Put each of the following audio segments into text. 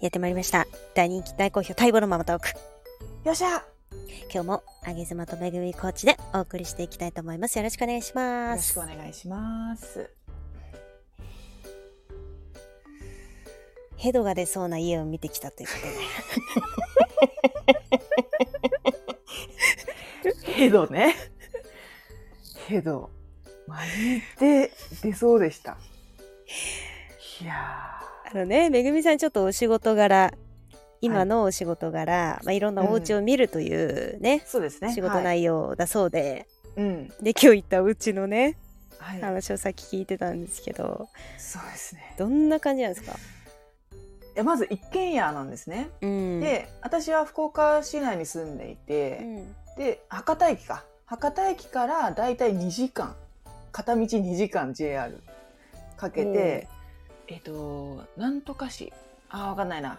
やってまいりました。大人気大好評待望のママトーク。よっしゃ今日も、あげずまとめぐみコーチでお送りしていきたいと思います。よろしくお願いしよまろしすくお。願いします。ヘドが出そうな家を見てきたということで。けどね。けど、マジで出そうでした。いやあのね、めぐみさんちょっとお仕事柄、今のお仕事柄、まあ、いろんなお家を見るというねー、、そうですね。仕事はい。内容だそうで、うん。で、今日行ったお家のね、はい。話をさっき聞いてたんですけど、そうですね。どんな感じなんですかいやまず一軒家なんですね。うん。で、私は福岡市内に住んでいて、うん、で、博多駅か。博多駅からだいたい2時間、片道2時間 JR かけて、えっと、なんとか市。ああ、わかんないな。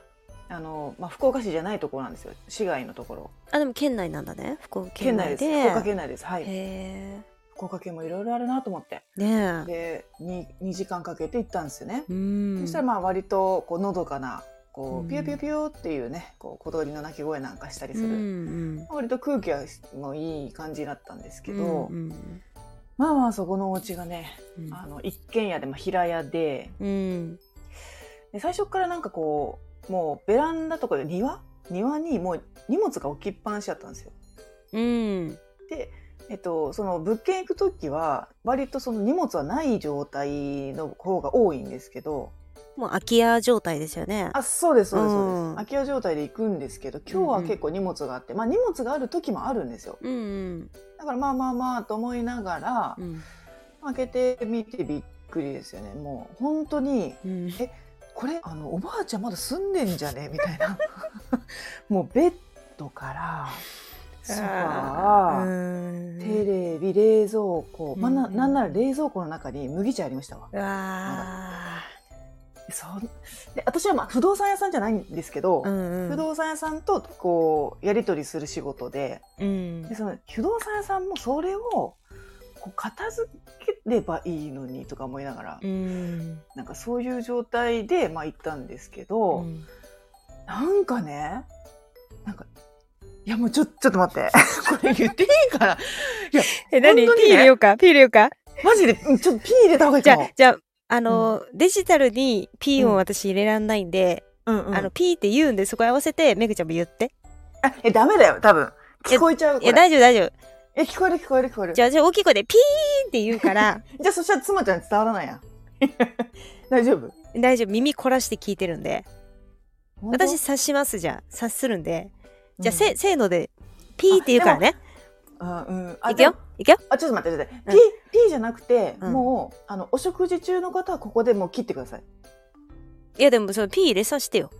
あの、まあ、福岡市じゃないところなんですよ。市外のところ。あ、でも県内なんだね。福岡県県内内です。で。福岡県内です。はい。へ福岡県もいろいろあるなと思って。え。ねえ。で、2, 2時間かけて行ったんですよね。うん。そしたら、まあ、割と、こう、のどかな、こうんう、ピューピューピューっていうね、こう、小鳥の鳴き声なんかしたりすうんうる。ん。割と空気はもういい感じだったんですけど、うんまあまあそこのお家がね、うんあの一軒家で、まあ、平屋でうん。で最初からなんかこうもうベランダとかで庭庭にもう荷物が置きっぱなしだったんですよ。うん。で、えっと、その物件行く時は割とその荷物はない状態の方が多いんですけどもう空き家状態ですよね。あそうですそうですそうです、うん空き家状態で行くんですけど今日は結構荷物があって、まあ荷物がある時もあるんですようんうん。だからまあまあまあと思いながらうん。開けてみてびっくりですよねもう本当にうん。これあのおばあちゃんまだ住んでんじゃねみたいな もうベッドからソフうァー、ん。テレビ冷蔵庫、まあなうんなんなら冷蔵庫の中に麦茶ありましたわうわそんで私はまあ不動産屋さんじゃないんですけど、ー。うん。不動産屋さんとこうやり取りする仕事でうんで。その不動産屋さんもそれをこう片付ければいいのにとか思いながら、うん。なんかそういう状態で、まあ、行ったんですけど、うんなんかね、なんか、いやもうちょ、ちょっと待って。 これ言っていいから。え、本当何にねピー入れようかピー入れようかマジで、うんちょっとピー入れた方がいいじゃかあも。、じゃあ、あの、デジタルにピー音私入れらんないんで、うんうんあの、ピーって言うんで、そこ合わせて、めぐちゃんも言って。あえ、ダメだよ、多分。え聞こえちゃう。いこや、れ大丈夫、大丈夫。え、聞こえる聞こえる聞こえる。じじゃゃあ、じゃあ、大きい声で、ピーって言う から、あ、そしたら妻ちゃんに伝わらないやん。 大丈夫大丈夫、耳凝らして聞いてるんで。私、察します、じゃあ。察するんで。じゃあ、せ、、せーので、ピーって言うからね。本当うんうん、あいくよでも、いくよ。あ、ちょっと待って、ちょっと待って。うんピー、ピーじゃなくて、うんもう、あの、お食事中の方はここでもう切ってください。いや、でも、その、ピー入れさせてよ。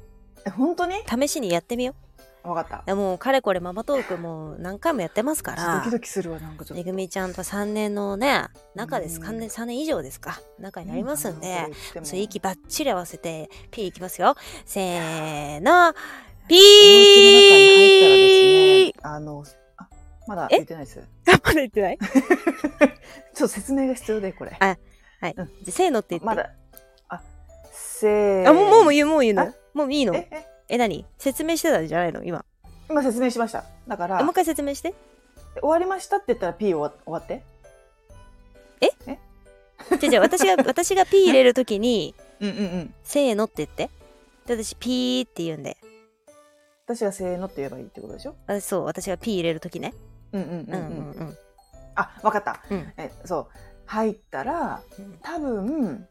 え、本当に試しにやってみよわかったう。。もう、かれこれ、ママトークもう何回もやってますかちょっとドらキ。ドキするわ、なんかちょっと。めぐみちゃんと3年のね、中です。うん3年、3年以上ですか。中になりますんで。うん。そう、息息ばっちり合わせて、ピーいきますよ。せーの、ピお家の中に入ーったらですね、あの、あ、まだ言ってないです。ちょあ、まだ言って ないっと説明が必要で、これ。あはい。じうゃんあせーのって言って。まだ。あ、せーあ、もう、もう言う、もう言うのあもういいのえ、え、え、何説明してたんじゃないの今。今説明しました。だから、あもう一回終説明して。わりましたって言ったら P 終わ終わって。じゃあじゃあ 私が、私がピー入れるときに、うんうんうん。せーのって言って。で私、ピーって言うんで。私がせーのって言えばいいってことでしょあそう、私がピー入れるときね。うんうんうんううん。うんんうん。あ、わかった。うんえ、そう。入ったら、多分、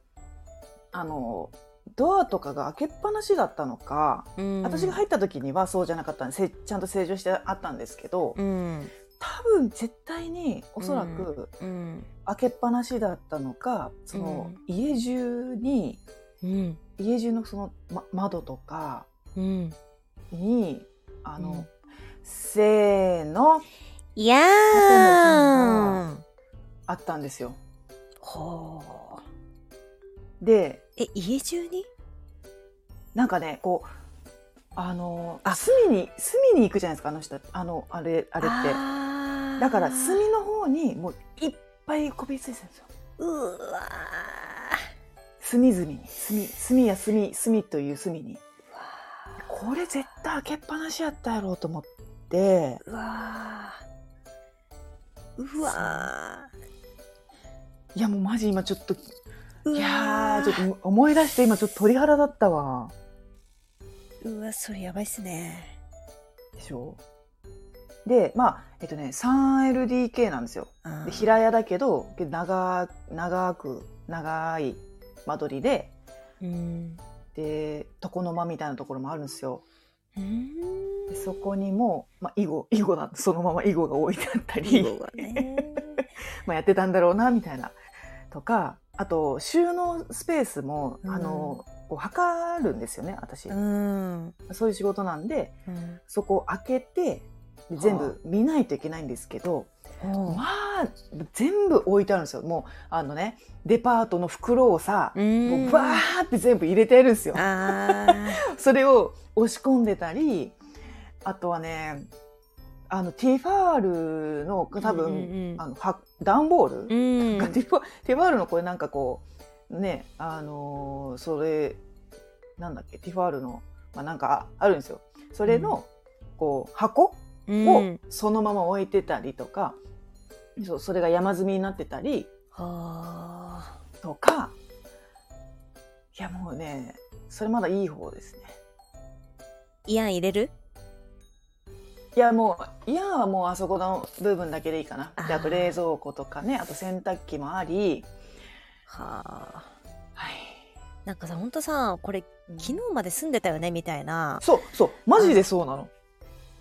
あの、ドアとかが開けっぱなしだったのか、うん。私が入った時にはそうじゃなかったんでせちゃんと正常してあったんですけど、うん。多分絶対におそらくうん。開けっぱなしだったのか、その家中にうん。家中のその、ま、窓とかうん。にあの、うんせーのいやーん。あったんですよ。ほー。でえ、家中になんかねこうあのあ隅に隅に行くじゃないですかあの人あのあれあれって。ってだから隅の方にもういっぱいこびりついてるんですよ。うーわ隅々に隅隅や隅隅という隅にーこれ絶対開けっぱなしやったやろうと思ってうわーうわいやもうマジ今ちょっとーうわいやーちょっと思い出して今ちょっと鳥肌だったわうわそれやばいっすねでしょでまあえっとね 3LDK なんですよあでー平屋だけどけど長長く長い間取りでうんで床の間みたいなところもあるんですようんでそこにも、まあ、囲碁囲碁だそのまま囲碁が置いてあったり囲碁がねまあやってたんだろうなみたいなとかあと収納スペースも、うんあのこう測るんですよね私、うん、そういう仕事なんで うんそこを開けてで全は部見ないといけないんですけど、おうまあ全部置いてあるんですよもうあのねデパートの袋をさ、もうバーって全部入れてるんですよ。あーそれを押し込んでたりあとはねあのティファールの多分、うんうんあのは段ボーうル、ん がティファティファールのこれなんかこうねあのーそれなんだっけティファールの、まあ、なんかああるんですよ。それの、こう箱うんをそのまま置いてたりとか、そうそれが山積みになってたりはとかいやもうねそれまだいい方ですね。ーイアン入れるいやもうイヤーはもうあそこの部分だけでいいかなあーであと冷蔵庫とかねあと洗濯機もありはあはいなんかさほんとさこれ昨日まで住んでたよねみたいなそうそうマジでそうなの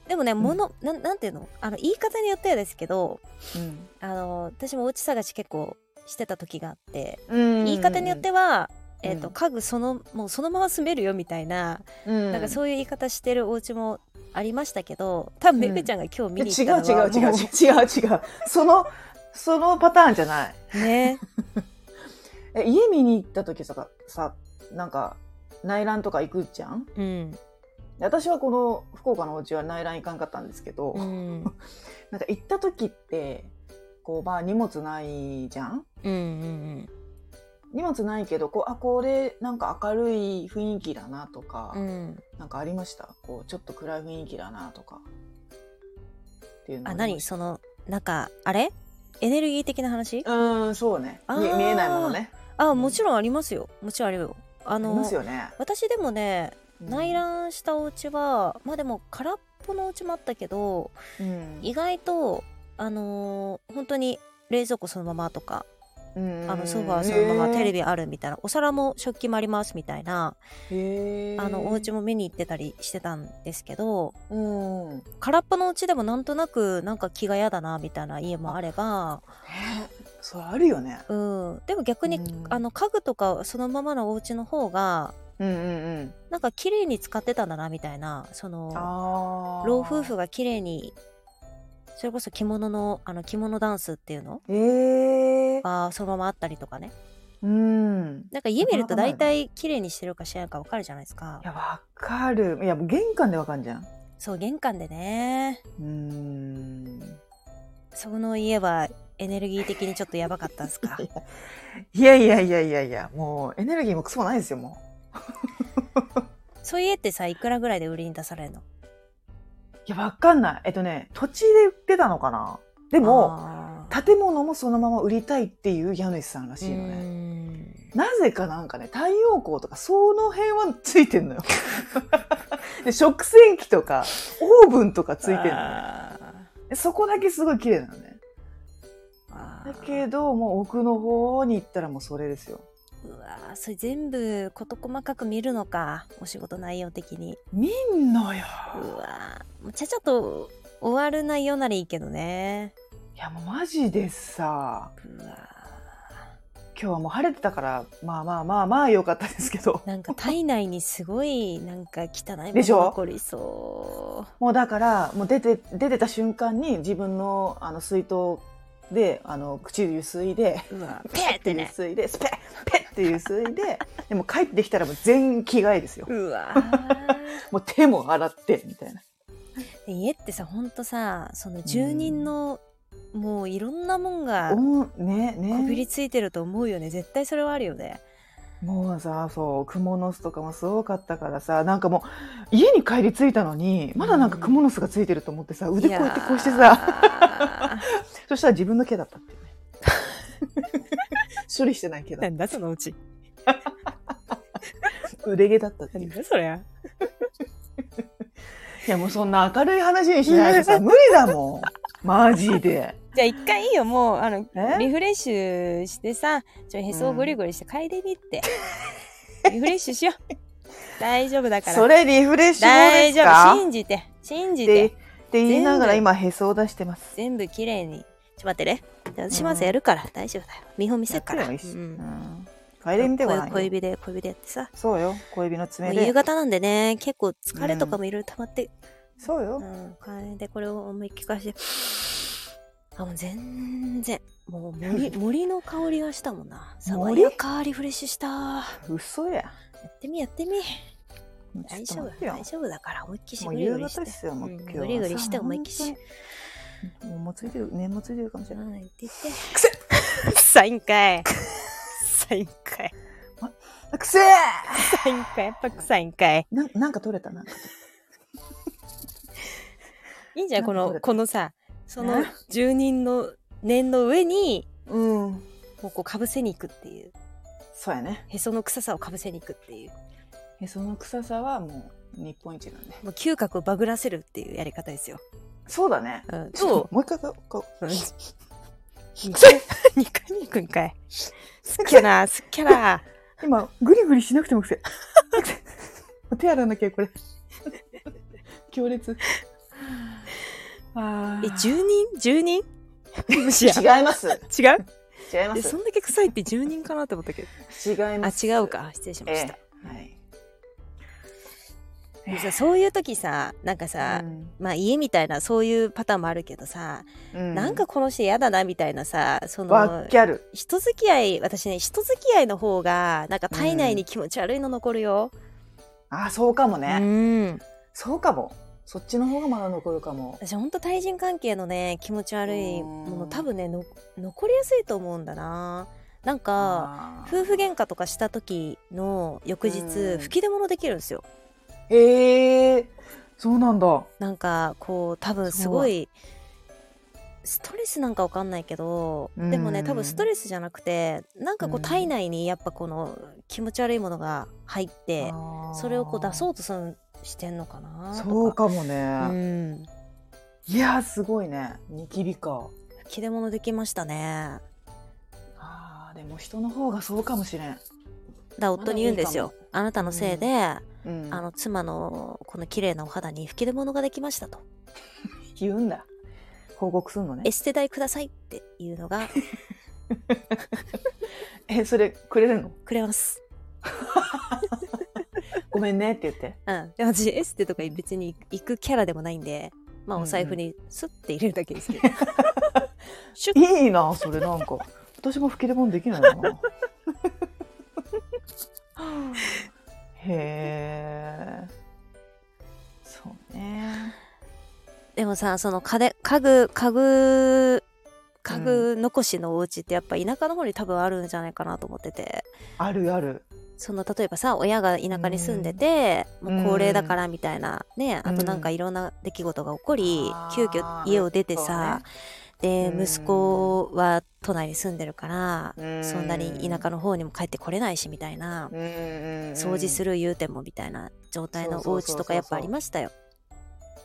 でもねんもの、なん、なんていうのあの言い方によってはですけどうん、あの私もお家探し結構してた時があって、うん言い方によっては、えー、とうん家具そのもうそのまま住めるよみたいな、うんなんかうそういう言い方してるお家もありましたけど多分うんめめちゃんが今日見いに行っやた違う違のはう違う違うも違う違うそのそのパターンじゃないうねえ家見に行った時とかさなんか内覧とか行くじゃん うん、で私はこの福岡のお家は内覧行かんかったんですけど、うん、なんか行った時ってこうまあ荷物ないじゃんうんうん荷物ないけどこうあこれなんか明るい雰囲気だなとか、うんうんなんかありましたこうちょっと暗い雰囲気だなとかっていうのあり何ましたそのなんかあれエネルギー的な話うーんそうねあー見見えないものねあうんもちろんありますよもちろんあるよあありのますよね、私でもねうん内、覧したお家はまあでも空っぽのお家もあったけどうん意外とあのー本当に冷蔵庫そのままとかうんあのソファーそのままへーテレビあるみたいなお皿も食器もありますみたいなへーあのお家も見に行ってたりしてたんですけどうん空っぽのお家でもなんとなくなんか気が嫌だなみたいな家もあればえそれあるよねうんでも逆にうんあの家具とかそのままのお家の方がうんうんうんなんか綺麗に使ってたんだなみたいなそのあー老夫婦が綺麗にそれこそ着物のあの着物ダンスっていうのえー、がそのままあったりとかねうんなんか家見ると大体綺麗にしてるかしてないかわかるじゃないですかいやわかるいやもう玄関でわかんじゃんそう玄関でねうーんそこの家はエネルギー的にちょっとやばかったんですか いやいやいやいやいや、もうエネルギーもクソもないですよ、もそういう家ってさいくらぐらいで売りに出されるのう。いや、わかんない。えっとね、土地で売ってたのかなでも、あー建物もそのまま売りたいっていう家主さんらしいのうーね。んなぜかなんかね、太陽光とかその辺はついてんのよ。 で、食洗機とか、オーブンとかついてんのね。あーでそこだけすごい綺麗なのね。あーだけど、もう奥の方に行ったらもうそれですよ。うわーそれ全部事細かく見るのかお仕事内容的に見んのよ。うわーもうちゃちゃと終わる内容ならいいけどねいや、もうマジでさ、うわ今日はもう晴れてたからまあまあまあまあ良かったですけ どーなんか体内にすごいなんか汚いものでしょ残りそもうだからもう出て出てた瞬間に自分のあの水筒であの口ゆすいでううわーペッてゆねすいでスペッペッってゆすいででも帰ってきたらもう全員着替えですようわーもう手も洗ってみたいなで家ってさほんとさその住人の、もういろんなもんがおんねねこびりついてると思うよね絶対それはあるよねうもうさそうクモの巣とかもすごかったからさなんかもう家に帰り着いたのにまだなんかクモの巣がついてると思ってさ腕こうやってこうしてささ。そしたら自分の毛だったっていうね 処理してない毛だなんだそのうち。腕毛だったってないんうだそりゃ。いやもうそんな明るい話にしないでさ無理だもんマジでじゃあ一回いいよ、もう、あの、えリフレッシュしてさ、ちょ、へそをぐりぐりして嗅いでみって。リフレッシュしよ う。大丈夫だから。それリフレッシュ法で大す丈か夫。信じて。信じってて。って言いながら全今へそを出してます。全部綺麗に。ちょ、待ってね。私うんまずやるから、大丈夫だよ。見本見せっから。やうってもいいしんうん帰り見てごらん小よ小指で、小指でやってさ。そうよ小指のも爪うで夕方なんでね、結構疲れとかもいろいろ溜まってそうよ、うん、はいでこれを思いっきり聞かしてあもう全然もう森 森の香りがしたもんな爽森やかリフレッシュしたや嘘やってみやってみもうちょ大っ丈夫と待ってよ大丈夫だから思いっきりしもぐうり夕ぐり方しでてすよもううん今日はぐりぐりして思いっきりしもうもうついてる年もついてるかもしうれなん言いって言ってサインかいサインかいくせえサインかいやっぱサインかいななんか取れたなんかいいんじゃないこなんのかこのさそのね住人の念の上にうんもうこうかぶせに行くっていうそうやねへその臭さをかぶせに行くっていうへその臭さはもう日本一なんでもう嗅覚をバグらせるっていうやり方ですよ。そうだねうん、ちょっともう一回ここう。 二回二回に行くん かい。すっきゃな、すっきゃな。今グリグリしなくてもくせ え手洗わなきゃこれ強烈あえ、ー住人住人むしや。違違いますう違いまえ、すそんだけ臭いって住人かなと思ったけど。違いあ、ます違うか。失礼しまえした。えはいでもさそういう時さ、なんかさ、まあ家みたいなそういうパターンもあるけどさ、うんなんかこの人嫌だなみたいなさそわのっきゃる人付き合い私ね人付き合いの方がなんか体内に気持ち悪いの残るよ。あそうかもね、うん、そうかもそっちの方がまだ残るかも私ほんと対人関係のね気持ち悪いもうのん多分ねの残りやすいと思うんだななんかあー夫婦喧嘩とかした時の翌日うん吹き出物できるんですよへえー、そうなんだなんかこう多分すごいストレスなんかわかんないけどうんでもね多分ストレスじゃなくてなんかこううん体内にやっぱこの気持ち悪いものが入ってそれをこう出そうとするしてんのかなとかそうかもね、うんいやーすごいねニキビか吹き出物できましたねあーでも人の方がそうかもしれん、だから夫に言うんですよ。あなたのせいで、うん、あの妻のこの綺麗なお肌に吹き出物ができましたと。言うんだ報告すんのねエステ代くださいっていうのがえそれくれるのくれます。ごめんねって言ってうん。で私エステとか別に行くキャラでもないんで、まあうんお財布にスッて入れるだけですけど。 シュッいいなそれなんか私も吹き出物できないなへえそうねでもさ、その家で家具、家具、家具残しのお家ってやっぱ田舎の方に多分あるんじゃないかなと思ってて。あるあるその例えばさ親が田舎に住んでて、うんもう高齢だからみたいな、ねあとなんかうんいろんな出来事が起こり、あー急遽家を出てさ、で、うん息子は都内に住んでるから、うんそんなに田舎の方にも帰ってこれないしみたいな、掃除するる言うてもみたいな状態のそうおそうそ家うとかやっぱありましたよ。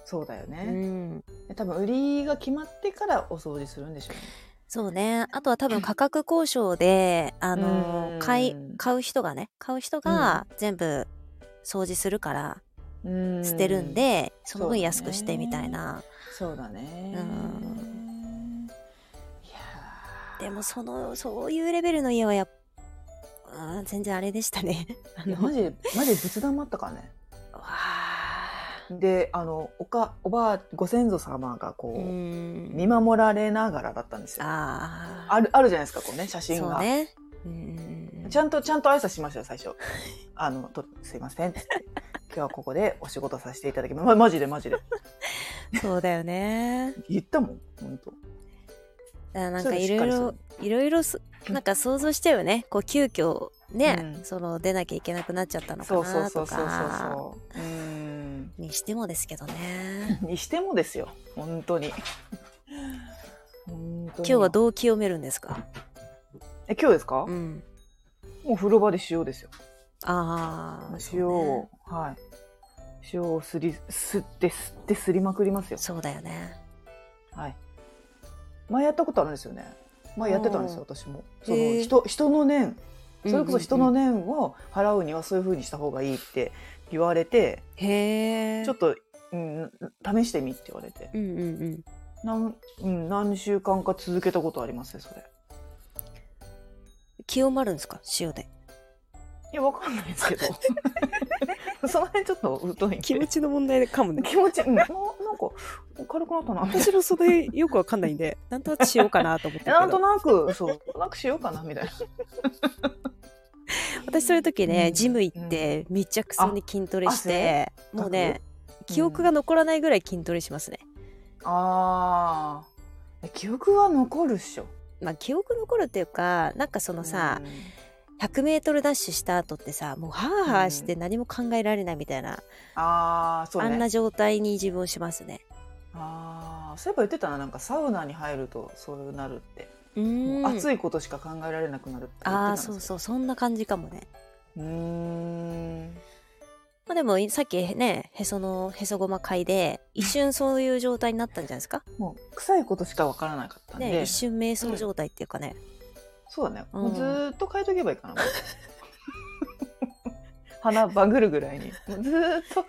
そうだようね、ん、多分売りが決まってからお掃除するんでしょうねそうねあとは多 分価格交渉であの、うん買い買う人がね買う人が全部掃除するから。うん捨てるんで、そのそう分だね安くしてみたいな、そうだねういでやもそのそういうレベルの家はやっあー全然あれでした ねあーいやのマジでマジで仏壇もあったからねわあであのおかおばあご先祖様がこうう、見ん守られながらだったんですよああーるあるじゃないですかこうね写真そうが、ねうんちゃんとちゃんと挨拶しましたよ最 初あのとすいませんっつって今日はここでお仕事させていただきます、ま、マジでマジでそうだよね言ったもん本当だからなんそかれいしっろかいりするろいろいろすなんか想像しちゃうよねこう急遽ね、うんその出なきゃいけなくなっちゃったのかそうそうなそとうそうそうかそううんにしてもですけどねにしてもですよ本当に今今日はどう清めるんですか、え今日ですか、うん、もう風呂場で塩ですよああ塩を、はい塩をすりすってすってすりまくりますよそうだよねはい前やったことあるんですよね前やってたんですよ私もそへのえ人人の念それこそ人のね、念を払うにはそういう風にした方がいいって言われて、へえちょっと、うん、試してみって言われてうんうんうんなん、うん、何週間か続けたことありますねそれ清まるんですか塩でいやわかんないですけど その辺ちょっと疎いんでちの問題か も気持ち、うん、ななんか軽くなったな みたいなのそれよくわかんないんでなんとなくしようかなと思っ なんとなく、そう、なんとなくしようかなみたいな。私そういう時ね、うんジム行って密着さんに筋トレしてあもうね記憶が残らないぐらい筋トレしますね、ああ、記憶は残るっしょ。まあ記憶残るっていうかなんかそのさ、うん 100m ダッシュした後ってさもうハーハーして何も考えられないみたいな、ああ、そうあんなね。状態に自分をしますねああ、そういえば言ってたな、なんかサウナに入ると、そうなるって。うもんう暑いことしか考えられなくなるって言ってあたんあですよそうそうそんな感じかもねうーん。まあでもいさっきねへそのへそごま嗅いで一瞬そういう状態になったんじゃないですかもう臭いことしかわからなかったんで。ね一瞬瞑想状態っていうかね、そうだね。うんもうずーっと変えとけばいいかな。 もう鼻バグるぐらいに。もうずーっと。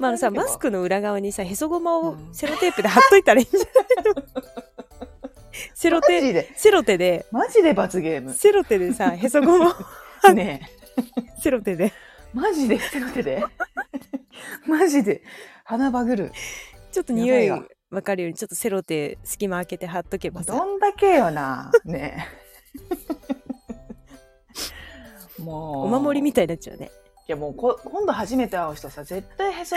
まああのさそういえばマスクの裏側にさへそごまうをんセロテープで貼っといたらいいんじゃ ないのセロマテジで、セロテでマジで罰ゲーム。セロテで さへそごまをねえ。セロテでマジで手の手で マジで鼻バグるちょっと匂いやばいわわかるようにちょっとセロテ隙間開けて貼っとけばさどんだけよなね えもうお守りみいたいになっちゃうねやもうこ今度初めて会う人さ絶対へそ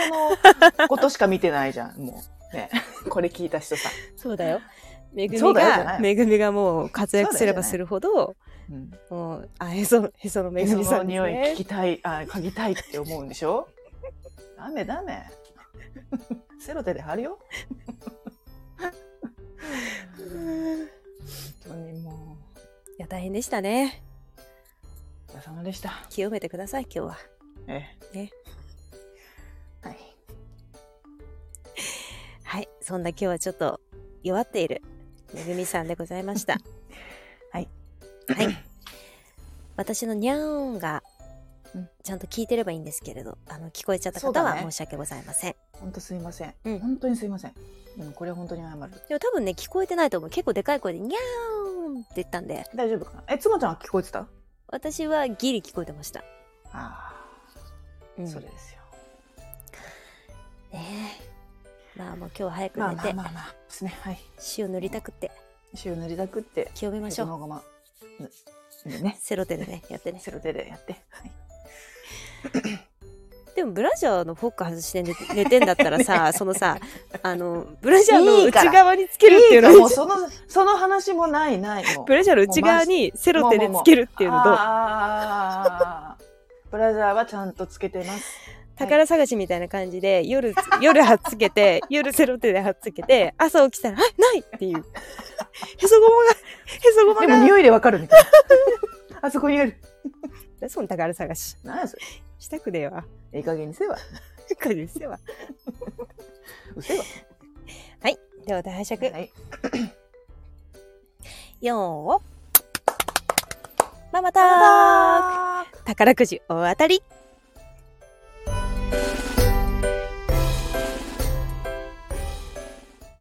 のことしか見てないじゃんもうね えこれ聞いた人さ、そうだよめぐそみうだよじゃながいめぐみがもう活躍すればそうだよじゃないするほどうん、もうあへそへそのめへぐそみさのんで匂すいね聞きたいあ嗅ぎたいって思うんでしょダメ ダメセロテで貼るようんい本当にもや大変でしたねうお疲れ様でした清めてください今日はええねはいはいそんな今日はちょっと弱っているめぐみさんでございました はいはい私のにゃーんがうんちゃんと聞いてればいいんですけれどあの聞こえちゃったそう方だはね申し訳ございません、本当すいません、うん本当にすいません、うん、これは本当に謝るでも多分ね聞こえてないと思う結構でかい声でにゃーんって言ったんで大丈夫かなえつまちゃんは聞こえてた私はギリ聞こえてました、あうあん、それですよ、ねえまあもう今日は早くまあ寝まあてまあまあですねはい塩塗りたくって塩塗りたくって清めましょそのうごまぬねセロテでねやってねセロテでやって、はい、でもブラジャーのフォック外して寝て寝てんだったらさ、 そのさあのブラジャーのいいから内側につけるっていうのいいかもはうその その話もないないもうブラジャーの内側にセロテでつけるっていうのとあーブラジャーはちゃんとつけてます宝探しみたいな感じで夜夜はっつけて夜セロテではっつけて朝起きたら「あない!」っていうへそごまがへそごま でもが匂いでわかるみたいな あそこにあるその宝探し何やそれしたくねえわいい加減にせえわびっくりしてわうせえわでは大拝借はいよーをママター宝くじ大当たり